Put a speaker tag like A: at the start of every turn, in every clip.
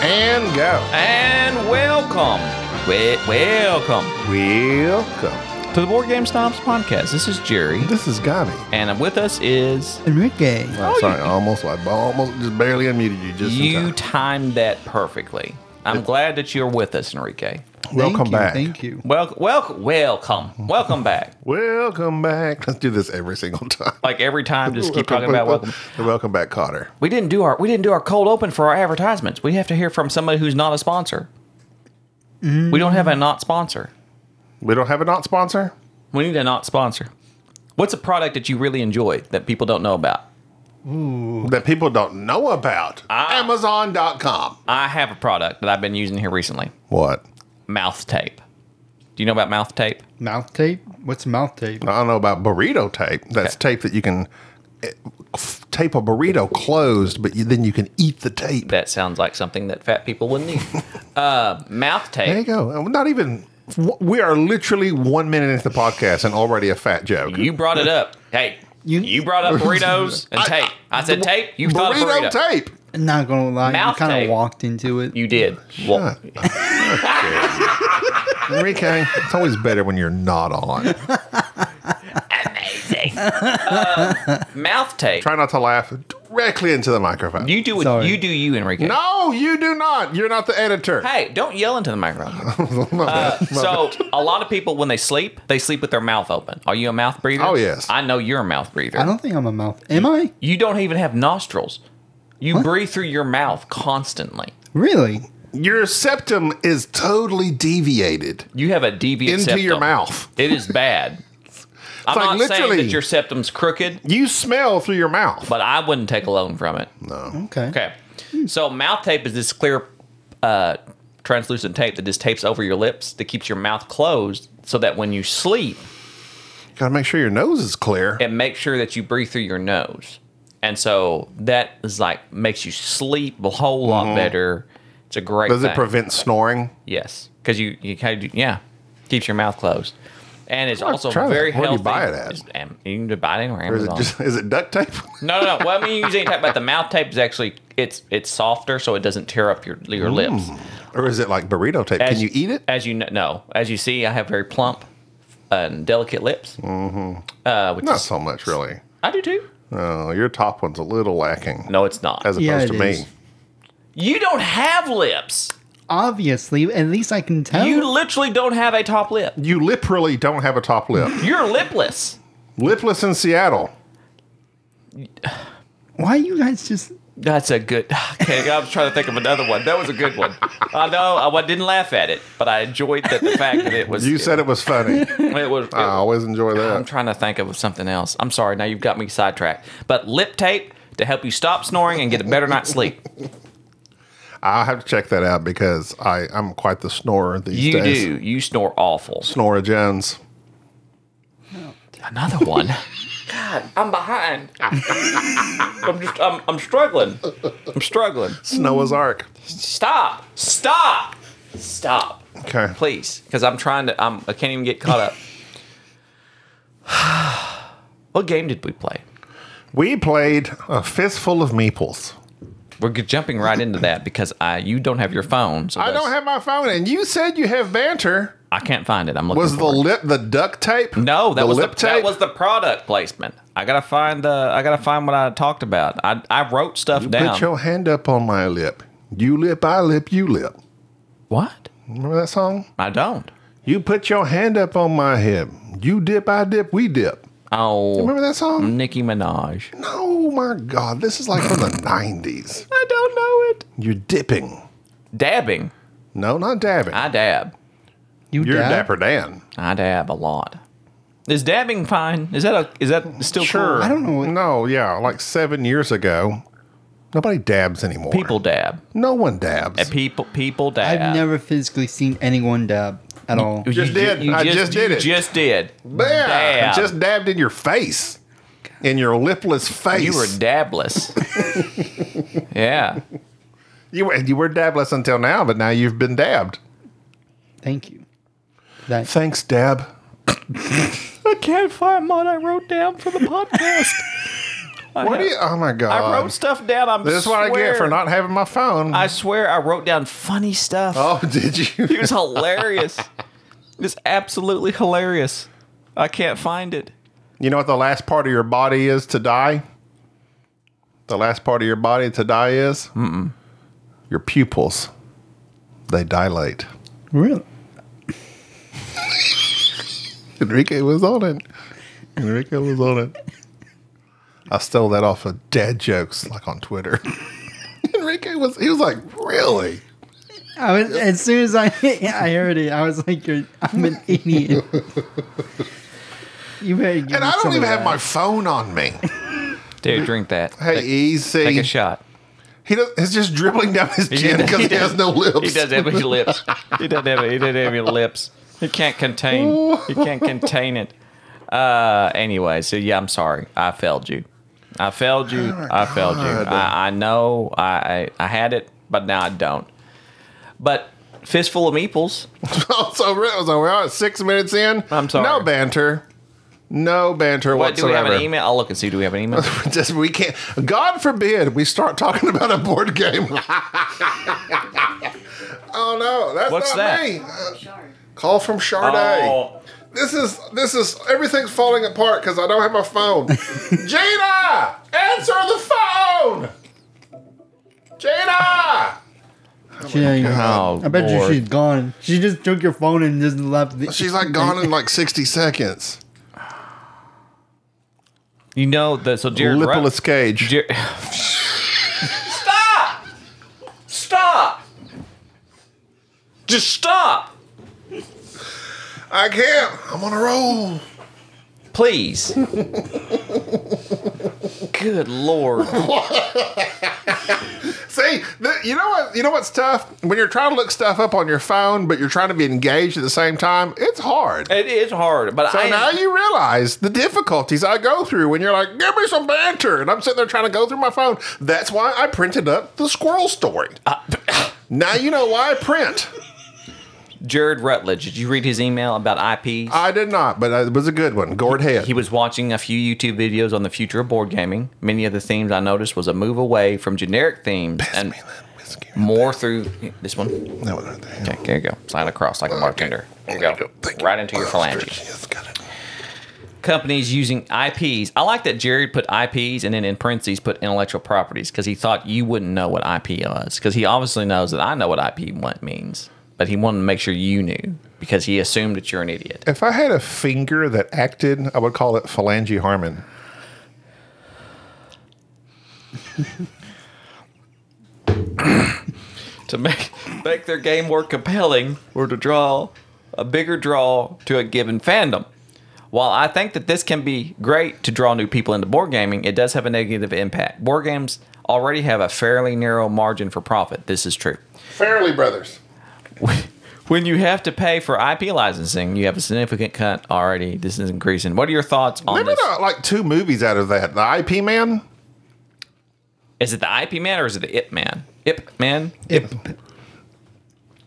A: And go.
B: And welcome, we- welcome
A: Welcome.
B: to the Board Game Stomps podcast. This is Jerry,
A: This is Gabby.
B: and with us is
C: Enrique.
A: Oh, sorry, I almost, I almost just barely unmuted you just in
B: you.
A: time.
B: Timed that perfectly. I'm glad that you're with us, Enrique.
A: Welcome
C: thank
A: back.
C: You, thank you.
B: Well, well, welcome, welcome back.
A: Welcome back. Let's do this every single time.
B: Like every time, just keep talking about welcome.
A: The welcome back, Cotter.
B: We didn't do our we didn't do our cold open for our advertisements. We have to hear from somebody who's not a sponsor. We don't have a not sponsor.
A: We don't have a not sponsor.
B: We need a not sponsor. What's a product that you really enjoy that people don't know about?
A: That people don't know about.
B: Ah.
A: Amazon.com.
B: I have a product that I've been using here recently.
A: What?
B: mouth tape. Do you know about mouth tape?
C: Mouth tape? What's mouth tape?
A: I don't know about burrito tape. That's tape that you can eh, f- tape a burrito closed, but you, then you can eat the tape.
B: That sounds like something that fat people would need. uh, mouth tape.
A: There you go. And we're Not even. We are literally one minute into the podcast and already a fat joke.
B: You brought it up. Hey, you,
C: You-
B: brought up burritos and
A: I-
B: tape. I, said tape. You thought of
A: burrito
B: burrito.
A: tape.
C: I'm not gonna lie,
B: Mouth
C: you kind
B: tape.
C: of walked into it.
B: You did. Well,
A: Enrique, it's always better when you're not on.
B: amazing. Uh, mouth tape.
A: Try not to laugh directly into the microphone.
B: You do what
C: Sorry.
B: you do. You Enrique.
A: no, you do not. You're not the editor.
B: Hey, don't yell into the microphone. Uh,
A: My bad. My
B: So, a lot of people, when they sleep, they sleep with their mouth open. Are you a mouth breather?
A: Oh, yes.
B: I know you're a mouth breather.
C: I don't think I'm a mouth. Am I?
B: you don't even have nostrils. You breathe through your mouth constantly.
C: Really?
A: bad. your septum is totally deviated
B: You have a deviant
A: into
B: septum.
A: your mouth.
B: It is bad. I'm
A: like
B: not saying
A: literally-
B: that your septum's crooked,
A: You smell through your mouth.
B: but I wouldn't take a loan from it.
A: no.
C: Okay.
B: Okay. So mouth tape is this clear, uh, translucent tape that just tapes over your lips that keeps your mouth closed, so that when you sleep,
A: Gotta make sure your nose is clear.
B: it makes sure that you breathe through your nose, and so that is like makes you sleep a whole lot better. It's a great.
A: Mm-hmm. Does it
B: thing.
A: prevent snoring?
B: Yes, because you you kind of do, yeah keeps your mouth closed, and it's also
A: try that.
B: very
A: Where do you
B: healthy.
A: buy it at?
B: It's- Am- You can buy it anywhere.
A: Or is it
B: Amazon.
A: just is it duct tape?
B: no, no, no. Well, I mean, you usually talk about the mouth tape is actually it's it's softer, so it doesn't tear up your your lips.
A: or is it like burrito tape? Can
B: As-
A: Mm. you eat it?
B: As you know, no. as you see, I have very plump and delicate lips. Mm-hmm. Uh, which
A: Not
B: is,
A: so much, really.
B: I do too.
A: Oh, your top one's a little lacking
B: No, it's not.
A: as opposed
C: Yeah,
A: to
C: it
A: me.
C: is.
B: you don't have lips.
C: Obviously, at least I can
A: Oh.
C: tell.
B: You literally don't have a top lip.
A: You literally don't have a top lip.
B: You're lipless.
A: Lipless in Seattle.
C: Why you guys just?
B: That's a good. Okay, I was trying to think of another one. That was a good one. I know I wa- didn't laugh at it, but I enjoyed that the fact that it was.
A: You said Oh, it was funny.
B: it was.
A: I always enjoy
B: I'm
A: that.
B: trying to think of something else. I'm sorry. Now you've got me sidetracked. But lip tape to help you stop snoring and get a better night's sleep.
A: I'll have to check that out because I, I'm quite the snorer these
B: You
A: days.
B: do. You snore awful.
A: Snora Jones.
B: Another one. God, I'm behind. I'm just. I'm, I'm struggling. I'm struggling. Mm.
A: Noah's Ark.
B: Stop. Stop. Stop.
A: Okay.
B: please, because I'm trying to. I'm, I can't even get caught up. what game did we play?
A: We played a fistful of meeples.
B: We're g- jumping right into that because I you don't have your phone, so
A: I
B: that's-
A: don't have my phone, and you said you have banter.
B: I can't find it. I'm looking.
A: Was the
B: for it.
A: lip the duct tape?
B: no? That
A: the
B: was
A: lip
B: the,
A: tape.
B: that was the product placement. I gotta find the. I gotta find what I talked about. I I wrote stuff down.
A: Put your hand up on my lip. You lip, I lip, you lip.
B: What?
A: Remember that song?
B: I don't.
A: You put your hand up on my hip. You dip, I dip, we dip.
B: Oh,
A: Remember that song?
B: Nicki Minaj.
A: No, Oh my God. This is like from the 90s.
B: I don't know it.
A: You're dipping.
B: Dabbing.
A: No, not dabbing.
B: I dab.
C: You
A: You're
C: dab?
A: Dapper Dan.
B: I dab a lot. Is dabbing fine? Is that a is that still
A: Sure.
B: cool?
C: I don't know what-
A: No, yeah, like seven years ago. Nobody dabs anymore.
B: People dab.
A: No one dabs.
B: And people people dab.
C: I've never physically seen anyone dab at all.
B: You
A: Just
B: ju-
A: did.
B: you
A: I just did
B: you
A: it.
B: Just did.
A: Bam!
B: Dab.
A: Just dabbed in your face. In your lipless face.
B: You were dabless. yeah.
A: You were, you were dabless until now, but now you've been dabbed.
C: Thank you. That
A: Thanks, dab.
B: I can't find what I wrote down for the podcast.
A: What do you? Oh my god!
B: I wrote stuff down. I'm.
A: This is what I get for not having my phone.
B: I swear, I wrote down funny stuff.
A: oh, did
B: It
A: you?
B: was hilarious. it's absolutely hilarious. I can't find it.
A: You know what the last part of your body is to die? The last part of your body to die is your pupils. They dilate.
C: really.
A: Enrique was on it. Enrique was on it. I stole that off of dad jokes like on Twitter. Enrique was he was like, really?
C: I was as soon as I I heard it, I was like, "You're I'm an idiot." you better give
A: And I don't even have my phone on me.
B: Dude, drink that.
A: Hey,
B: take,
A: easy.
B: take a shot.
A: He does, it's just dribbling down his chin because he, has no lips.
B: He doesn't have any lips. He doesn't have. He doesn't have any lips. He can't contain. He can't contain it. Uh. Anyway, so yeah, I'm sorry. I failed you. I failed
C: Oh
B: you. I failed you.
A: God.
B: I, I know. I, I I had it, but now I don't. But fistful of meeples.
A: so re- so we're on six minutes in.
B: I'm sorry.
A: No banter. No banter
B: What do we
A: whatsoever.
B: have an email? I'll look and see. Do we have an email?
A: Just we can't. God forbid we start talking about a board game. oh no, that's
B: What's
A: not
B: that?
A: me. Uh, Call from Charday.
B: Oh.
A: This is this is everything's falling apart because I don't have my phone. Gina, answer the phone. Gina,
B: Oh,
C: I bet
B: Lord.
C: you she's gone. She just took your phone and just left. The,
A: she's like gone in like sixty seconds.
B: You know the so Jared Ru-
A: Lipless cage.
B: Jer- stop! Stop! Just stop!
A: I can't. I'm on a roll.
B: Please. Good lord.
A: See, th you know what? You know what's tough when you're trying to look stuff up on your phone, but you're trying to be engaged at the same time. It's hard.
B: It is hard, but
A: So
B: I
A: now you realize the difficulties I go through when you're like, "Give me some banter," and I'm sitting there trying to go through my phone. That's why I printed up the squirrel story.
B: Uh,
A: now you know why I print.
B: Jared Rutledge, did you read his email about IPs?
A: I did not, but it was a good one. Gourd head.
B: He was watching a few YouTube videos on the future of board gaming. Many of the themes I noticed was a move away from generic themes and
A: Me that whiskey.
B: more through this one.
A: That one right there.
B: Okay, there you go. Slide across like a bartender. There you go.
A: Thank you.
B: Right into your phalanges.
A: Yes, got it.
B: companies using IPs. I like that Jared put IPs and then in parentheses put intellectual properties because he thought you wouldn't know what IP was because he obviously knows that I know what IP want- means, but he wanted to make sure you knew because he assumed that you're an idiot.
A: If I had a finger that acted, I would call it phalange Harmon.
B: to make make their game more compelling or to draw a bigger draw to a given fandom. While I think that this can be great to draw new people into board gaming, it does have a negative impact. Board games already have a fairly narrow margin for profit. This is true.
A: Fairly Brothers.
B: when you have to pay for IP licensing, you have a significant cut already. This is increasing. What are your thoughts on
A: Maybe
B: this?
A: not like two movies out of that. The IP Man.
B: Is it the IP man or is it the IP man? IP man? IP.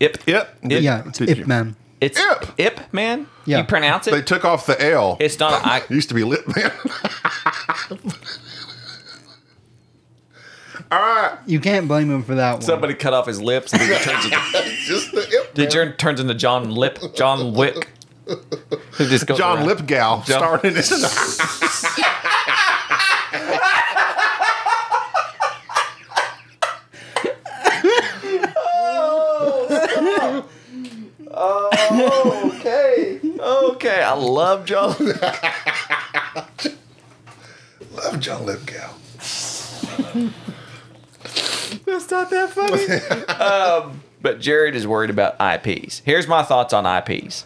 B: IP.
A: Yep.
C: yeah, it's Ip Man.
B: It's
A: Ip.
B: IP, man?
C: Yeah.
B: You pronounce
A: They
B: it?
A: took off the L. It
B: It's not an I.
A: used to be Lit Man. All right,
C: You can't blame him for that one.
B: Somebody cut off his lips. And he turns into,
A: just the Ip
B: he
A: Man.
B: turn, turns into John Lip, John Wick. Who just goes
A: John
B: around.
A: Lipgow
B: John-
A: started this.
B: okay. Okay. I love John.
A: Love John Lithgow.
B: That's not that funny. um, but Jared is worried about IPs. Here's my thoughts on IPs.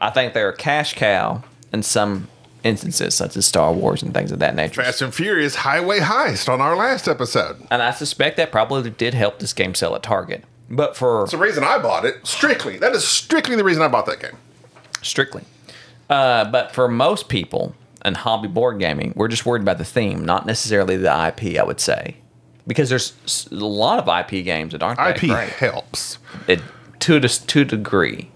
B: I think they're a cash cow in some instances, such as Star Wars and things of that nature.
A: Fast and Furious Highway Heist on our last episode.
B: And I suspect that probably did help this game sell at Target. But for
A: It's the reason I bought it. Strictly. That is strictly the reason I bought that game.
B: strictly, uh, but for most people in hobby board gaming, we're just worried about the theme, not necessarily the IP. I would say because there's s- a lot of IP games that aren't that
A: IP
B: great.
A: helps.
B: it, to a to a degree.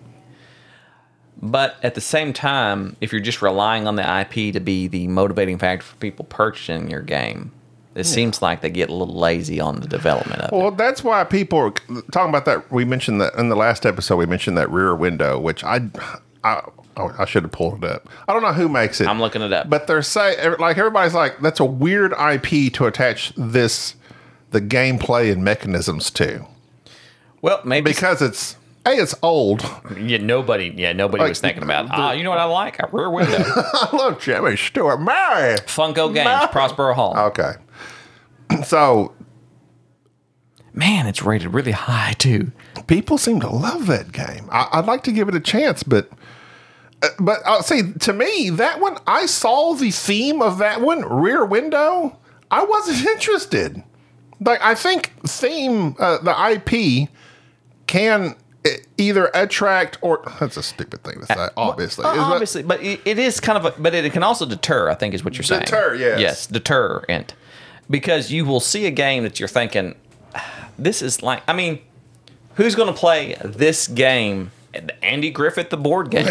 B: But at the same time, if you're just relying on the IP to be the motivating factor for people purchasing your game, it seems like they get a little lazy on the development of it.
A: Well, that's why people are talking about that. We mentioned that in the last episode. We mentioned that rear window, which I, I, oh, I should have pulled it up. I don't know who makes it.
B: I'm looking it up.
A: but they're saying like everybody's like that's a weird IP to attach this, the gameplay and mechanisms to
B: well, maybe
A: because it's a it's old.
B: yeah, nobody yeah nobody
A: Like,
B: was thinking about ah, you know what I like a rear window,
A: I love Jimmy Stewart. Mary.
B: Funko Games, Prospero Hall.
A: Okay, so
B: Man, it's rated really high too.
A: people seem to love that game. I, I'd like to give it a chance, but uh, but I'll say to me that one I saw the theme of that one Rear Window. I wasn't interested. Like I think theme uh, the IP can uh, either attract or that's a stupid thing to say. Obviously, Is that-
B: uh, obviously, but it, it is kind of, a, but it, can also deter. I think is what you're saying.
A: Deter, yes.
B: yes, deterrent, because you will see a game that you're thinking, this is like, I mean, who's going to play this game? Andy Griffith, the board game.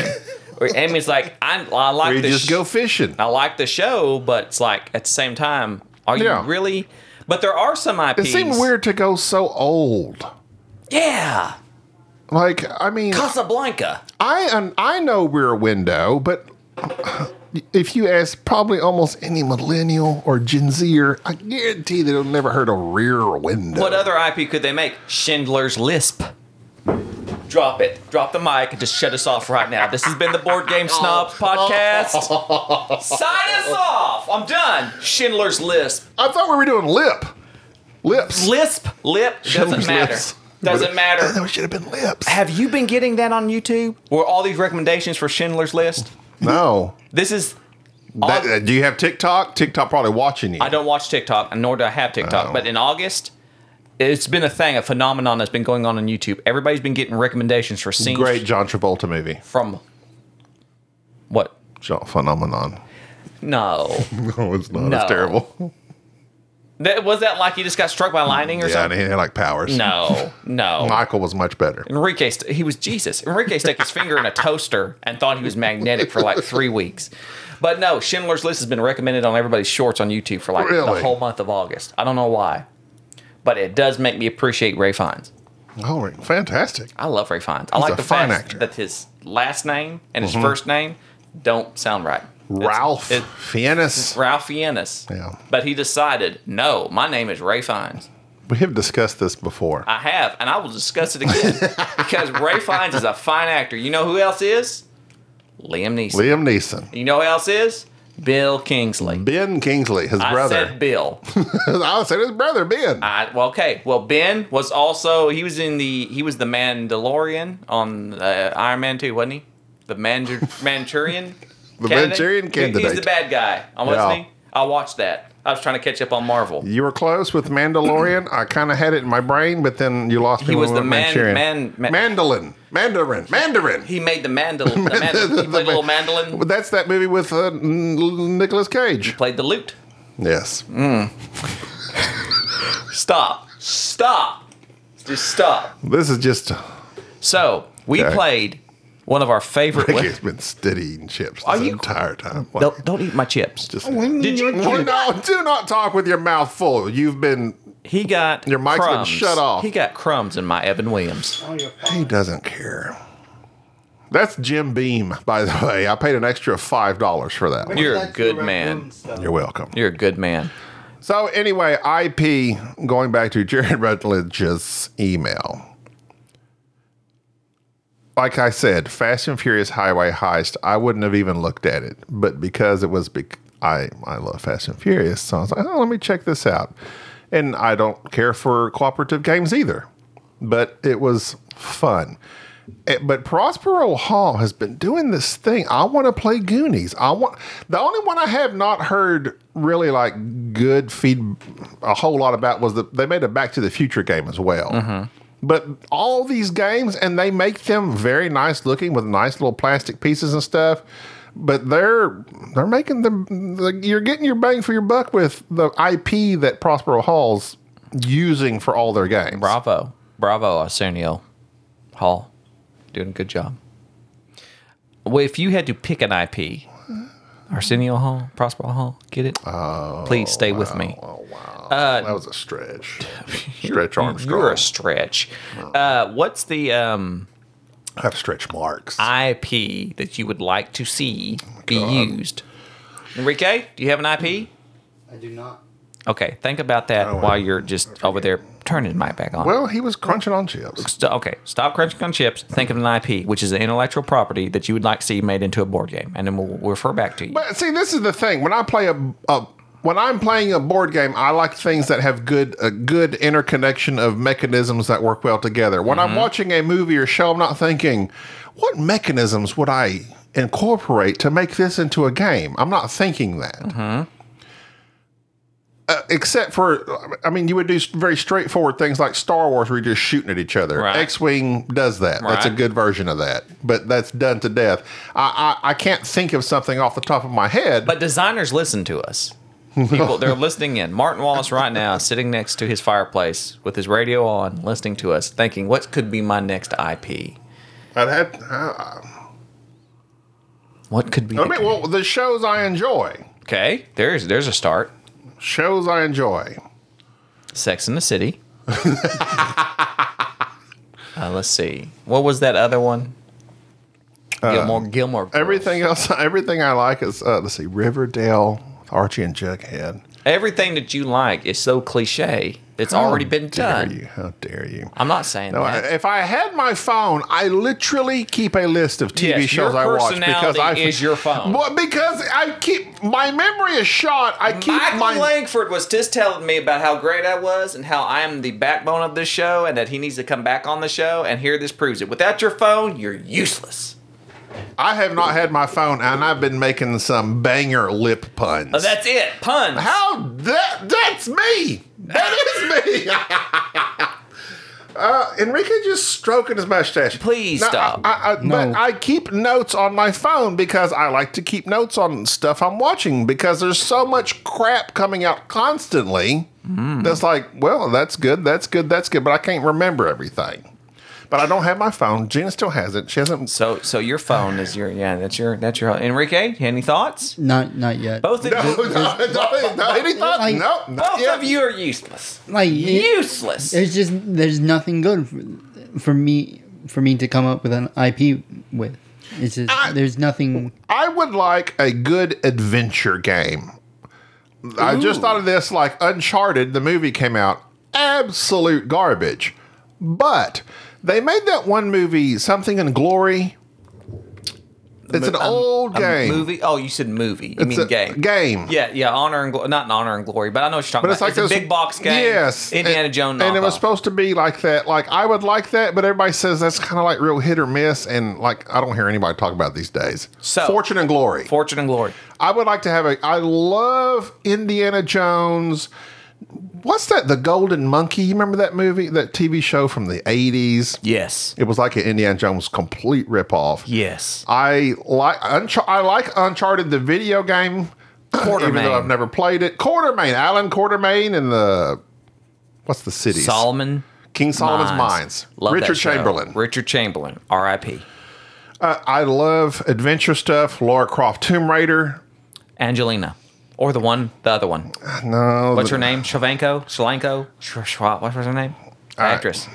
B: Or I mean, it's like I, I like
A: we
B: this.
A: just go fishing.
B: I like the show, but it's like at the same time, are you
A: Yeah.
B: really? But there are some
A: It
B: IPs.
A: seemed weird to go so old.
B: Yeah,
A: Like I mean,
B: Casablanca.
A: I un- I know Rear Window, but if you ask probably almost any millennial or Gen Zer, I guarantee they'll never heard of Rear Window.
B: What other IP could they make? Schindler's Lisp. Drop it. Drop the mic and just shut us off right now. This has been the Board Game Snobs
A: Oh.
B: podcast. Sign us off. I'm done. Schindler's Lisp.
A: I thought we were doing lip, lips.
B: Lisp, lip, doesn't
A: Schindler's
B: matter.
A: Lips.
B: Doesn't
A: I thought
B: matter.
A: it should have been lips.
B: Have you been getting that on YouTube? Were all these recommendations for Schindler's List?
A: No.
B: This is.
A: That, uh, do you have TikTok? TikTok probably watching you.
B: I don't watch TikTok, nor do I have TikTok.
A: Oh.
B: But in August, it's been a thing, a phenomenon that's been going on on YouTube. Everybody's been getting recommendations for scenes
A: Great John Travolta movie.
B: from what?
A: John Phenomenon.
B: No,
A: No, it's not.
B: No.
A: It's terrible.
B: that, was that like he just got struck by lightning or
A: Yeah, and
B: something?
A: he had like powers.
B: No, no.
A: Michael was much better.
B: Enrique, st- he was Jesus. Enrique stuck his finger in a toaster and thought he was magnetic for like three weeks. But no, Schindler's List has been recommended on everybody's shorts on YouTube for like the
A: Really?
B: whole month of August. I don't know why, but it does make me appreciate Ray Fiennes.
A: All right, fantastic.
B: I love Ray Fiennes. I like
A: a
B: the
A: fine
B: fact
A: actor. Mm-hmm.
B: that his last name and his first name don't sound right. It's-
A: Ralph
B: it-
A: Fiennes.
B: Ralph Fiennes.
A: Yeah.
B: But he decided, no, my name is Ray Fiennes.
A: We have discussed this before.
B: I have, and I will discuss it again because Ray Fiennes is a fine actor. You know who else is? Liam Neeson.
A: Liam Neeson.
B: You know who else is? Bill Kingsley.
A: Ben Kingsley, his
B: I
A: brother.
B: said Bill.
A: I said his brother Ben.
B: I, well, okay. Well, Ben was also he was in the he was the Mandalorian on uh, Iron Man 2, wasn't he? The Manju- Manchurian.
A: The Manchurian
B: He's the
A: candidate.
B: bad guy. I wasn't
A: Yeah.
B: he? I watched that. I was trying to catch up on Marvel.
A: you were close with Mandalorian. I kind of had it in my brain, but then you lost me.
B: He
A: when
B: was
A: we
B: the
A: went
B: man,
A: Manchurian.
B: man, man,
A: Mandolin, Mandarin, Mandarin.
B: He made the mandolin. The mandolin. He played a little mandolin.
A: Well, That's that movie with uh, Nicholas Cage.
B: Played the lute.
A: Yes.
B: Mm. Stop. Stop. Just stop.
A: This is just
B: So we
A: Okay.
B: played one of our favorite.
A: Ricky's been steady eating chips
B: Are
A: this
B: you- Oh,
A: entire time. Like,
B: Don't, don't eat my chips.
A: just,
B: Did you?
A: Well, no, do not talk with your mouth full. You've been.
B: He got
A: Your mic's been
B: crumbs.
A: shut off.
B: He got crumbs in my Evan Williams.
A: He doesn't care. That's Jim Beam, by the way. I paid an extra five dollars for that. one.
B: You're a
C: That's
B: good
C: the
B: man.
C: raccoon stuff.
A: You're welcome.
B: You're a good man.
A: So anyway, IP going back to Jared Rutledge's email. like I said, Fast and Furious Highway Heist, I wouldn't have even looked at it, but because it was, bec- I I love Fast and Furious, so I was like, oh, let me check this out. And I don't care for cooperative games either, but it was fun. Eh, But Prospero Hall has been doing this thing. I want to play Goonies. I want the only one I have not heard really like good feed a whole lot about was that they made a Back to the Future game as well. But all these games, and they make them very nice looking with nice little plastic pieces and stuff. But they're they're making them. The, you're getting your bang for your buck with the IP that Prospero Hall's using for all their games.
B: Bravo. Bravo, Arsenio Hall. Doing a good job. Well, if you had to pick an IP, Arsenio Hall, Prospero Hall, get it?
A: Oh,
B: Please stay with me.
A: that was a stretch. Stretch Armstrong.
B: uh, You're a stretch. Uh, what's the um,
A: I have stretch marks.
B: IP that you would like to see
A: Oh
B: be used? Enrique, do you have an IP?
C: I do not.
B: Okay, think about that while you're just over there turning the mic back
A: Oh,
B: on.
A: well, he was crunching on chips.
B: St- okay, stop crunching on chips. Think of an IP, which is an intellectual property that you would like to see made into a board game, and then we'll refer back to you.
A: But see, this is the thing. When I play a, a when I'm playing a board game, I like things that have good a good interconnection of mechanisms that work well together. When
B: Mm-hmm.
A: I'm watching a movie or show, I'm not thinking, what mechanisms would I incorporate to make this into a game? I'm not thinking that.
B: Mm-hmm.
A: Uh, except for, I mean, you would do very straightforward things like Star Wars, where you're just shooting at each other.
B: Right.
A: X-wing does that. That's a
B: Right.
A: good version of that, but that's done to death. I, I I can't think of something off the top of my head.
B: But designers listen to us. People, they're listening in. Martin Wallace right now is sitting next to his fireplace with his radio on, listening to us, thinking, "What could be my next IP?
A: I'd have. Uh,
B: What could be?"
A: I
B: the
A: mean,
B: game?"
A: well, the shows I enjoy.
B: okay, there's there's a start.
A: Shows I enjoy.
B: Sex in the City. uh, let's see. What was that other one? Gilmore. Gilmore. Girls.
A: Uh, Everything else, everything I like is uh, let's see, Riverdale, Archie and Jughead.
B: Everything that you like is so cliche. It's already been
A: Dare
B: done.
A: you? How dare you?
B: I'm not saying
A: No, I-
B: that.
A: if I had my phone, I literally keep a list of TV
B: Yes,
A: shows
B: your
A: I watch because
B: personality
A: I
B: is your phone.
A: Well, because I keep my memory is shot. I keep
B: Michael
A: my
B: Langford was just telling me about how great I was and how I am the backbone of this show and that he needs to come back on the show. And here this proves it. Without your phone, you're useless.
A: I have not had my phone, and I've been making some banger lip puns.
B: Oh, that's it. Puns.
A: How that that's me. That is me. Uh, Enrique just stroking his mustache.
B: Please
A: No,
B: stop.
A: I, I, But
C: No.
A: I keep notes on my phone because I like to keep notes on stuff I'm watching because there's so much crap coming out constantly.
B: Hmm.
A: That's like, well, that's good, that's good, that's good, but I can't remember everything. But I don't have my phone. Gina still has it. She hasn't.
B: so, so your phone is your yeah. That's your that's your Enrique. Any thoughts?
C: Not not yet.
B: Both of
A: no,
B: you,
A: no, no, no, any thoughts?
C: Like-
A: no, not
B: both
A: yet.
B: of you are useless.
C: Like it,
B: Useless.
C: there's just there's nothing good for, for me for me to come up with an IP with. It's just
A: I-
C: there's nothing.
A: I would like a good adventure game. I just thought of this like Uncharted, the movie came out, absolute garbage. But they made that one movie, Something in Glory. It's an old
B: A
A: game.
B: movie. Oh, you said movie. You
A: It's
B: mean
A: a
B: game?
A: game.
B: Yeah, yeah. Honor and glory. Not an honor and glory, but I know what you're talking
A: But
B: about.
A: it's like
B: it's
A: this
B: a big box game.
A: Yes,
B: Indiana
A: and,
B: Jones.
A: and it was
B: knockoff.
A: supposed to be like that. Like I would like that, but everybody says that's kind of like real hit or miss, and like I don't hear anybody talk about it these days.
B: So-
A: Fortune and Glory.
B: Fortune and glory.
A: I would like to have a. I love Indiana Jones. What's that? The Golden Monkey. You remember that movie, that TV show from the eighties?
B: Yes.
A: It was like an Indiana Jones complete ripoff.
B: Yes.
A: I like Unch- I like Uncharted the video game, even
B: Quartermain.
A: though I've never played it. Quartermain, Alan Quartermain, and the what's the city?
B: Solomon.
A: King Solomon's Mines.
B: Mines. Love that
A: Richard
B: show.
A: Chamberlain.
B: Richard Chamberlain. R.I.P.
A: Uh, I love adventure stuff. Laura Croft, Tomb Raider.
B: Angelina. Or the one, the other one.
A: No,
B: What's
A: the-
B: her name? Shavanko? Shalanko? Sh- Sh- what was her name?
A: Uh,
B: Actress.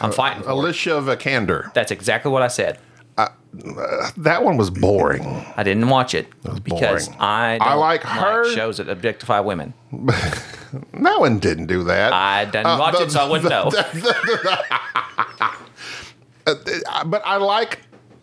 B: I'm fighting for it.
A: Alicia Vikander.
B: That's exactly what I said.
A: That one was boring.
B: I didn't watch it because
A: boring.
B: I don't
A: I like her-
B: shows that objectify women.
A: No one didn't do that. Uh,
B: I didn't watch it, so I wouldn't know.
A: Uh, I- but I like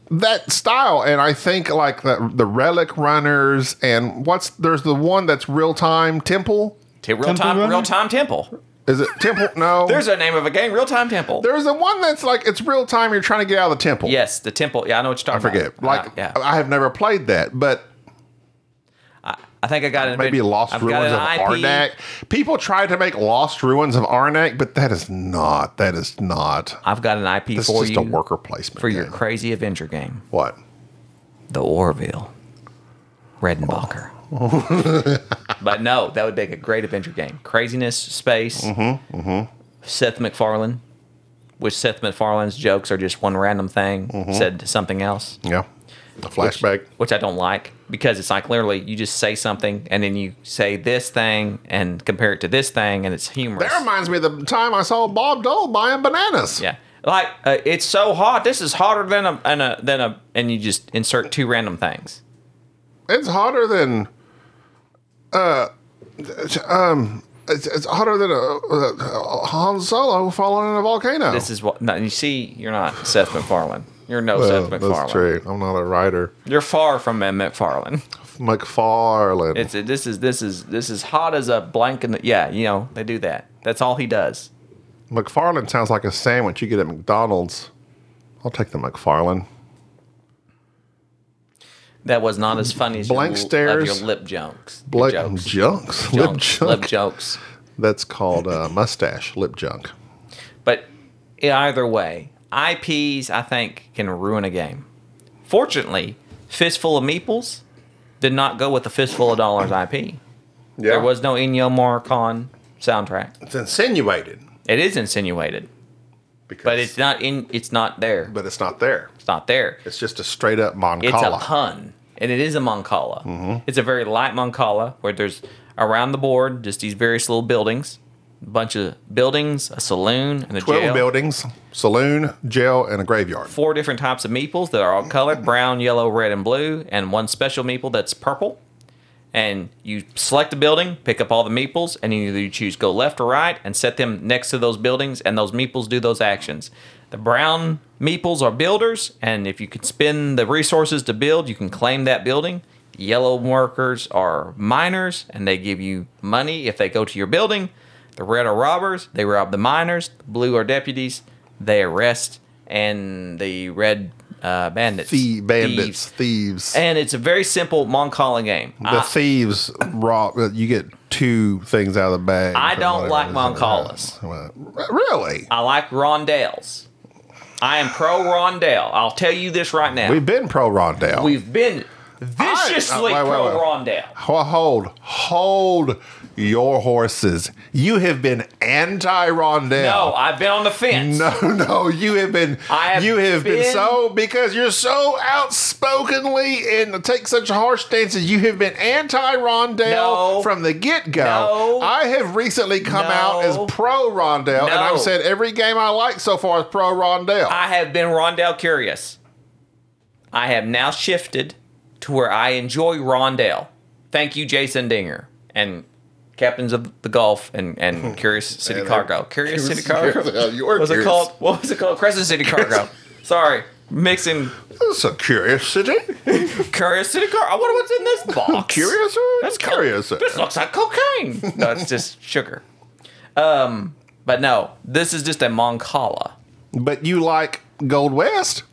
A: that style, and I think like the the Relic Runners and what's there's the one that's real time Temple.
B: T- real time,
C: Runner?
B: real time temple.
A: Is it Temple? No,
B: There's a name of a game. Real time temple.
A: there's the one that's like it's real time. You're trying to get out of the temple.
B: yes, the temple. Yeah, I know what you're
A: I
B: talking
A: forget.
B: about.
A: Like
B: Uh, yeah.
A: I have never played that, but
B: I think I got it.
A: maybe Lost
B: I've got
A: Ruins of
B: an IP.
A: Arnak. People tried to make Lost Ruins of Arnak, but that is not. That is not.
B: I've got an IP
A: This
B: for
A: is just
B: you
A: a worker placement
B: for your
A: game.
B: crazy Avenger game,
A: what?
B: The Orville, Redenbacher. but no, that would make a great Avenger game. Craziness, space. Mm-hmm, mm-hmm. Seth MacFarlane, which Seth MacFarlane's jokes are just one random thing said to something else.
A: Yeah, a flashback.
B: which I don't like because it's like literally you just say something and then you say this thing and compare it to this thing and it's humorous.
A: That reminds me of the time I saw Bob Dole buying bananas.
B: yeah, like uh, it's so hot. This is hotter than a, than a than a and you just insert two random things.
A: It's hotter than, uh, it's, um, it's, it's hotter than a, a, a Han Solo falling in a volcano.
B: This is what no, you see. You're not Seth MacFarlane. You're no
A: Well,
B: Seth
A: that's
B: MacFarlane.
A: true. I'm not a writer.
B: You're far from a MacFarlane.
A: McFarlane.
B: It's this is this is this is hot as a blank. In the, yeah, you know they do that. That's all he does.
A: McFarlane sounds like a sandwich you get at McDonald's. I'll take the McFarlane.
B: That was not as funny as
A: Blank
B: your,
A: stares.
B: Of your lip junks.
A: Black
B: jokes.
A: junks. Lip
B: Junks.
A: junk.
B: Lip jokes.
A: That's called uh, mustache. Lip junk.
B: But either way, IPs I think can ruin a game. Fortunately, Fistful of Meeples did not go with the Fistful of Dollars IP.
A: Yeah.
B: There was no Ennio Morricone soundtrack.
A: It's insinuated.
B: It is insinuated,
A: Because,
B: but it's not in. It's not there.
A: but it's not there.
B: It's not there.
A: It's just a straight up Moncala.
B: It's a pun, and it is a Moncala. It's a very light Moncala where there's around the board just these various little buildings, bunch of buildings, a saloon, and a
A: 12
B: jail.
A: buildings, saloon, jail, and a graveyard.
B: four different types of meeples that are all colored brown, yellow, red, and blue, and one special meeple that's purple. And you select a building, pick up all the meeples, and either you choose go left or right and set them next to those buildings, and those meeples do those actions. The brown meeples are builders, and if you can spend the resources to build, you can claim that building. Yellow workers are miners, and they give you money if they go to your building. The red are robbers, they rob the miners. The blue are deputies, they arrest, and the red uh, bandits.
A: Thie- bandits,
B: Thieves.
A: thieves.
B: And it's a very simple Moncala game.
A: the
B: I,
A: thieves raw. You get two things out of the bag.
B: I
A: for whatever
B: don't like
A: it is.
B: Moncalas.
A: Well, Really?
B: I like rondelles. I am pro rondelle. I'll tell you this right now.
A: We've been pro Rondale.
B: We've been
A: I-
B: viciously
A: uh, wait, wait,
B: pro
A: wait.
B: rondelle.
A: Ho- Hold, hold your horses. You have been anti
B: No,
A: Rondell.
B: I've been on the fence.
A: no, Oh, no, you have been.
B: I have
A: you have been,
B: been-
A: so because you're so outspokenly and take such harsh stances. You have been anti Rondell
B: No.
A: from the get go.
B: No.
A: I have recently come
B: No.
A: out as pro Rondell, and
B: No.
A: I've said every game I like so far is pro Rondell.
B: I have been rondelle curious. I have now shifted to where I enjoy rondelle. Thank you, Jason Dinger and captains of the golf and,
A: Hmm.
B: and Curious City
A: Man,
B: Cargo.
A: that-
B: Curious City Cargo.
A: You
B: What
A: were
B: was it
A: curious.
B: called? What was it called? Crescent City Cargo. Sorry, mixing
A: That's a curiosity.
B: Curious City Cargo. I wonder what's in this box.
A: Curious? That's
B: co-
A: curious.
B: This looks like cocaine. No, it's just sugar. Um, but no, this is just a Moncala.
A: But you like Gold West?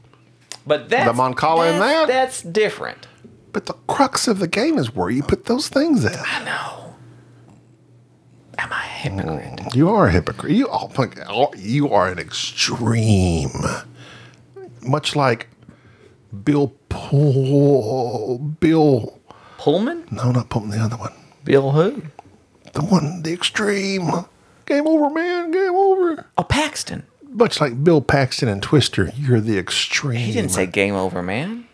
B: But that's
A: The Moncala in
B: that's-
A: that?
B: That's different.
A: But the crux of the game is where you put those things at.
B: No. Am I a hypocrite?
A: You are a hypocrite. You all you are an extreme. Much like Bill Pull Bill
B: Pullman?
A: No, not Pullman, the other one.
B: Bill who?
A: The one the extreme. Game over, man, game over.
B: Oh, Paxton.
A: Much like Bill Paxton and Twister, you're the extreme.
B: He didn't say game over, man.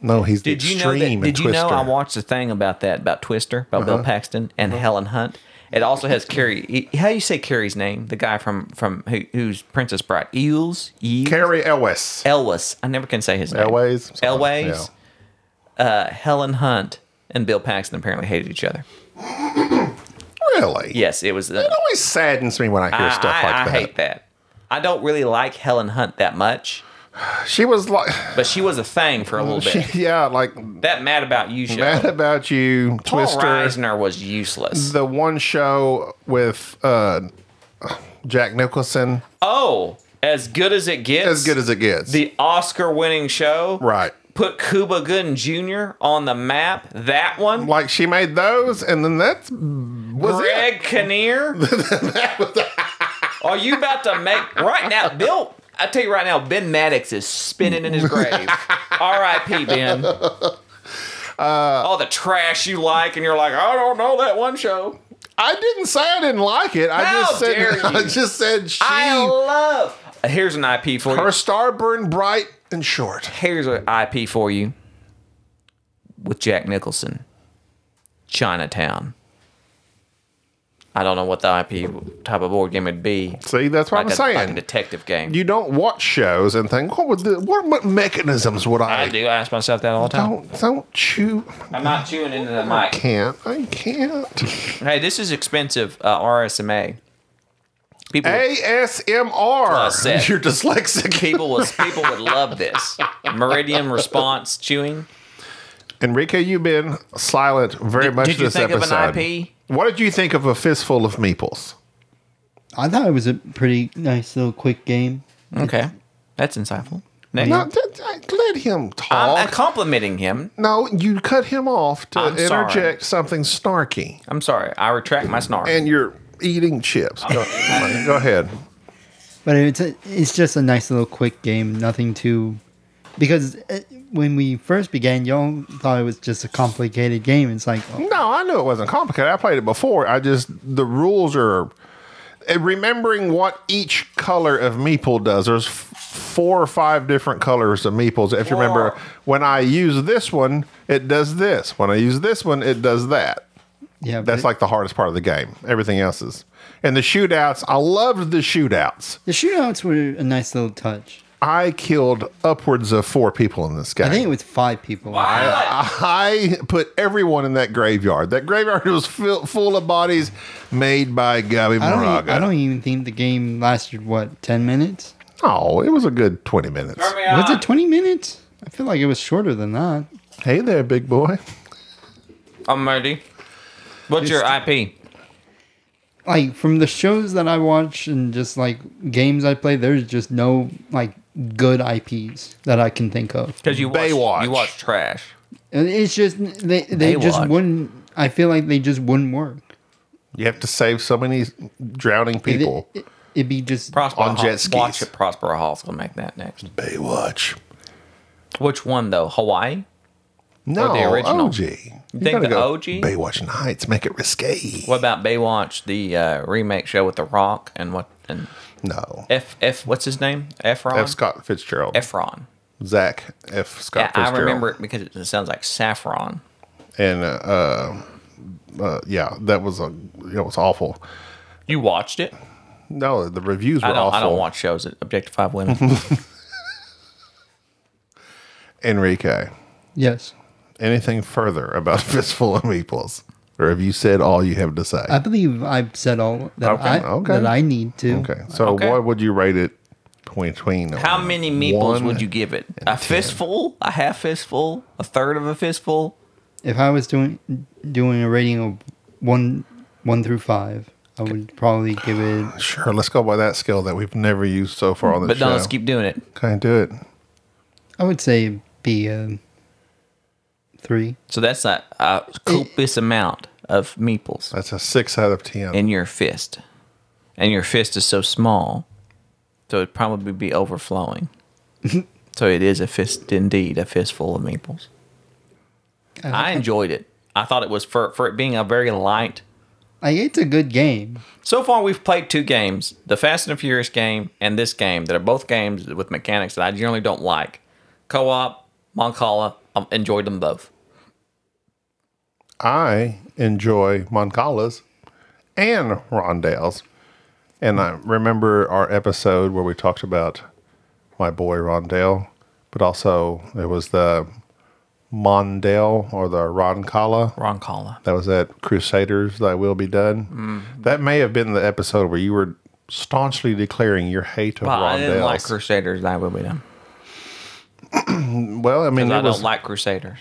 A: No, he's the
B: Did you know
A: extreme
B: that?
A: in
B: Did you
A: Twister. Uh-huh.
B: know I watched a thing about that about Twister about Bill Paxton and Helen Hunt. It also has Carrie. How do you say Carrie's name? The guy from from who, who's Princess Bride? Eels. Eels.
A: Carrie Elwes.
B: Elwes. I never can say his name.
A: Elwes?
B: Elwes.
A: Yeah.
B: Uh, Helen Hunt and Bill Paxton apparently hated each other.
A: Really?
B: Yes, it was. Uh,
A: It always saddens me when I hear
B: I,
A: stuff like
B: I- I
A: that.
B: hate that. I don't really like Helen Hunt that much,
A: She was like,
B: But she was a thing for a little
A: she,
B: bit.
A: yeah, like
B: That Mad About You show.
A: mad about you,
B: Paul
A: Twister.
B: Reisner was useless.
A: The one show with uh, Jack Nicholson,
B: Oh, as good as it gets.
A: as good as it gets.
B: the Oscar-winning show.
A: right.
B: Put Cuba Gooden Jr. on the map. That one.
A: Like she made those, and then that's was
B: Greg Kinnear. Are you about to make right now, Bill? I tell you right now, Ben Maddox is spinning in his grave. R.I.P. Ben.
A: Uh,
B: All the trash you like, and you're like, I don't know that one show.
A: I didn't say I didn't like it. I
B: How
A: just said
B: dare you.
A: I just said she
B: I love. Here's an IP for
A: her
B: you.
A: star burned bright and short.
B: Here's an IP for you. With Jack Nicholson, Chinatown. I don't know what the IP type of board game would be.
A: See, that's what
B: Like
A: I'm
B: a, like a
A: saying.
B: detective game.
A: you don't watch shows and think, what would the what, what mechanisms would I,
B: I do ask myself that all the time.
A: Don't don't chew.
B: I'm not chewing into the
A: I
B: mic.
A: can't. I can't.
B: Hey, this is expensive uh, RSMA. People,
A: ASMR.
B: set.
A: You're dyslexic.
B: people was people would love this meridian response chewing.
A: Enrique, you've been silent very much
B: did you
A: this
B: think of an
A: episode.
B: IP?
A: What did you think of a fistful of meeples?
C: I thought it was a pretty nice little quick game.
B: Okay, that's insightful. Nick,
A: No, that- that- let him
B: I'm,
A: talk.
B: I'm complimenting him.
A: no, you cut him off to
B: I'm sorry.
A: interject something snarky,
B: I'm sorry. I retract my snark.
A: and you're eating chips. Go, go ahead.
C: But it's a, it's just a nice little quick game, nothing too. Because uh, when we first began, y'all thought it was just a complicated game. It's like, oh,
A: No, I knew it wasn't complicated. I played it before. I just the rules are eh, remembering what each color of meeple does. There's f- four or five different colors of meeples. If you remember,
B: Four.
A: when I use this one, it does this. When I use this one, it does that.
C: yeah, but
A: That's
C: it-
A: like the hardest part of the game. Everything else is. And the shootouts, I loved the shootouts.
C: the shootouts were a nice little touch.
A: I killed upwards of four people in this game.
C: I think it was five people.
A: I put everyone in that graveyard. That graveyard was fill, full of bodies made by Gabby
C: I don't, e- I
A: Moraga.
C: don't even think the game lasted what ten minutes.
A: Oh, it was a good 20 minutes.
C: Was it twenty minutes? I feel like it was shorter than that.
A: Hey there, big boy.
B: I'm ready. What's your IP?
C: Like from the shows that I watch and just like games I play, there's just no like good IPs that I can think of.
B: Because you watch,
A: Baywatch.
B: you watch trash.
C: And It's just they they just
B: Baywatch.
C: wouldn't. I feel like they just wouldn't work.
A: You have to save so many drowning
C: It,
A: people.
C: it, would be just
B: Prosper
A: On jet
B: Hall-
A: skis.
B: Watch it. Prospero Hall's gonna make that next.
A: Baywatch.
B: Oh, Which one though? Hawaii.
A: No,
B: the original.
A: OG. You
B: think
A: gotta
B: the
A: go
B: OG?
A: Baywatch Nights. Make it risque.
B: What about Baywatch, the uh, remake show with The Rock and what and
A: No. F.
B: F F what's his name? Efron.
A: Scott Fitzgerald.
B: Efron.
A: Zach F. Scott
B: Yeah, I
A: Fitzgerald.
B: remember it because it sounds like saffron.
A: And uh, uh, uh, yeah, that was a it was awful.
B: You watched it?
A: No, the reviews were
B: I don't.
A: awful.
B: I don't watch shows that objectify women.
A: Enrique.
C: yes.
A: anything further about Fistful of Meeples? Or have you said all you have to say?
C: I believe I've said all that
A: Okay,
C: I
A: okay.
C: that I need to.
A: okay. So
B: Okay.
A: what would you rate it between
B: How many meeples
A: one
B: would you give it? A fistful, a half fistful, a third of a fistful.
C: If I was doing doing a rating of one one through five, I would probably give it
A: Sure, let's go by that skill that we've never used so far on the
B: But
A: show.
B: no, let's keep doing it.
A: Can I do it?
C: I would say be um three.
B: So that's a, a copious amount of meeples
A: That's a six out of ten.
B: in your fist, and your fist is so small, so it'd probably be overflowing. so it is a fist indeed, a fistful of meeples. I enjoyed it. I thought it was for for it being a very light
C: Like it's a good game.
B: So far, we've played two games the Fast and Furious game and this game that are both games with mechanics that I generally don't like. Co op, Moncala, I enjoyed them both.
A: I enjoy Moncala's and Rondale's. And I remember our episode where we talked about my boy Rondale, but also it was the Mondale or the Roncala.
B: Roncala.
A: That was at Crusaders, Thy Will Be Done.
B: Mm-hmm.
A: That may have been the episode where you were staunchly declaring your hate of
B: But I didn't
A: Rondell.
B: like Crusaders, that would be done.
A: Well, I mean,
B: I
A: it was-
B: don't like Crusaders.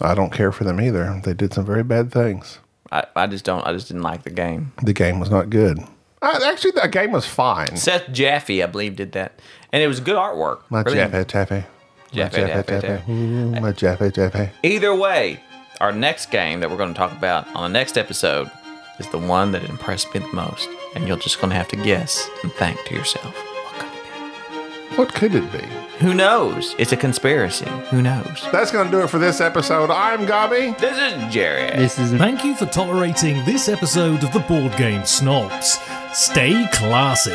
A: I don't care for them either. They did some very bad things.
B: I, I just don't. I just didn't like the game.
A: The game was not good. I, actually, that game was fine.
B: Seth Jaffe, I believe, did that, and it was good artwork.
A: My
B: Really-
A: Jaffe Taffy. My
B: Jaffe
A: Jaffe
B: Taffy,
A: Taffy. Ooh, My Jaffe Taffy.
B: Either way, our next game that we're going to talk about on the next episode is the one that impressed me the most, and you're just going to have to guess and think to yourself. what could it
A: What could it be?
B: be? Who knows? It's a conspiracy. Who knows?
A: That's going to do it for this episode. I'm Gobby.
B: This is Jerry.
C: This is
D: Thank you for tolerating this episode of the Board Game Snobs. Stay classy.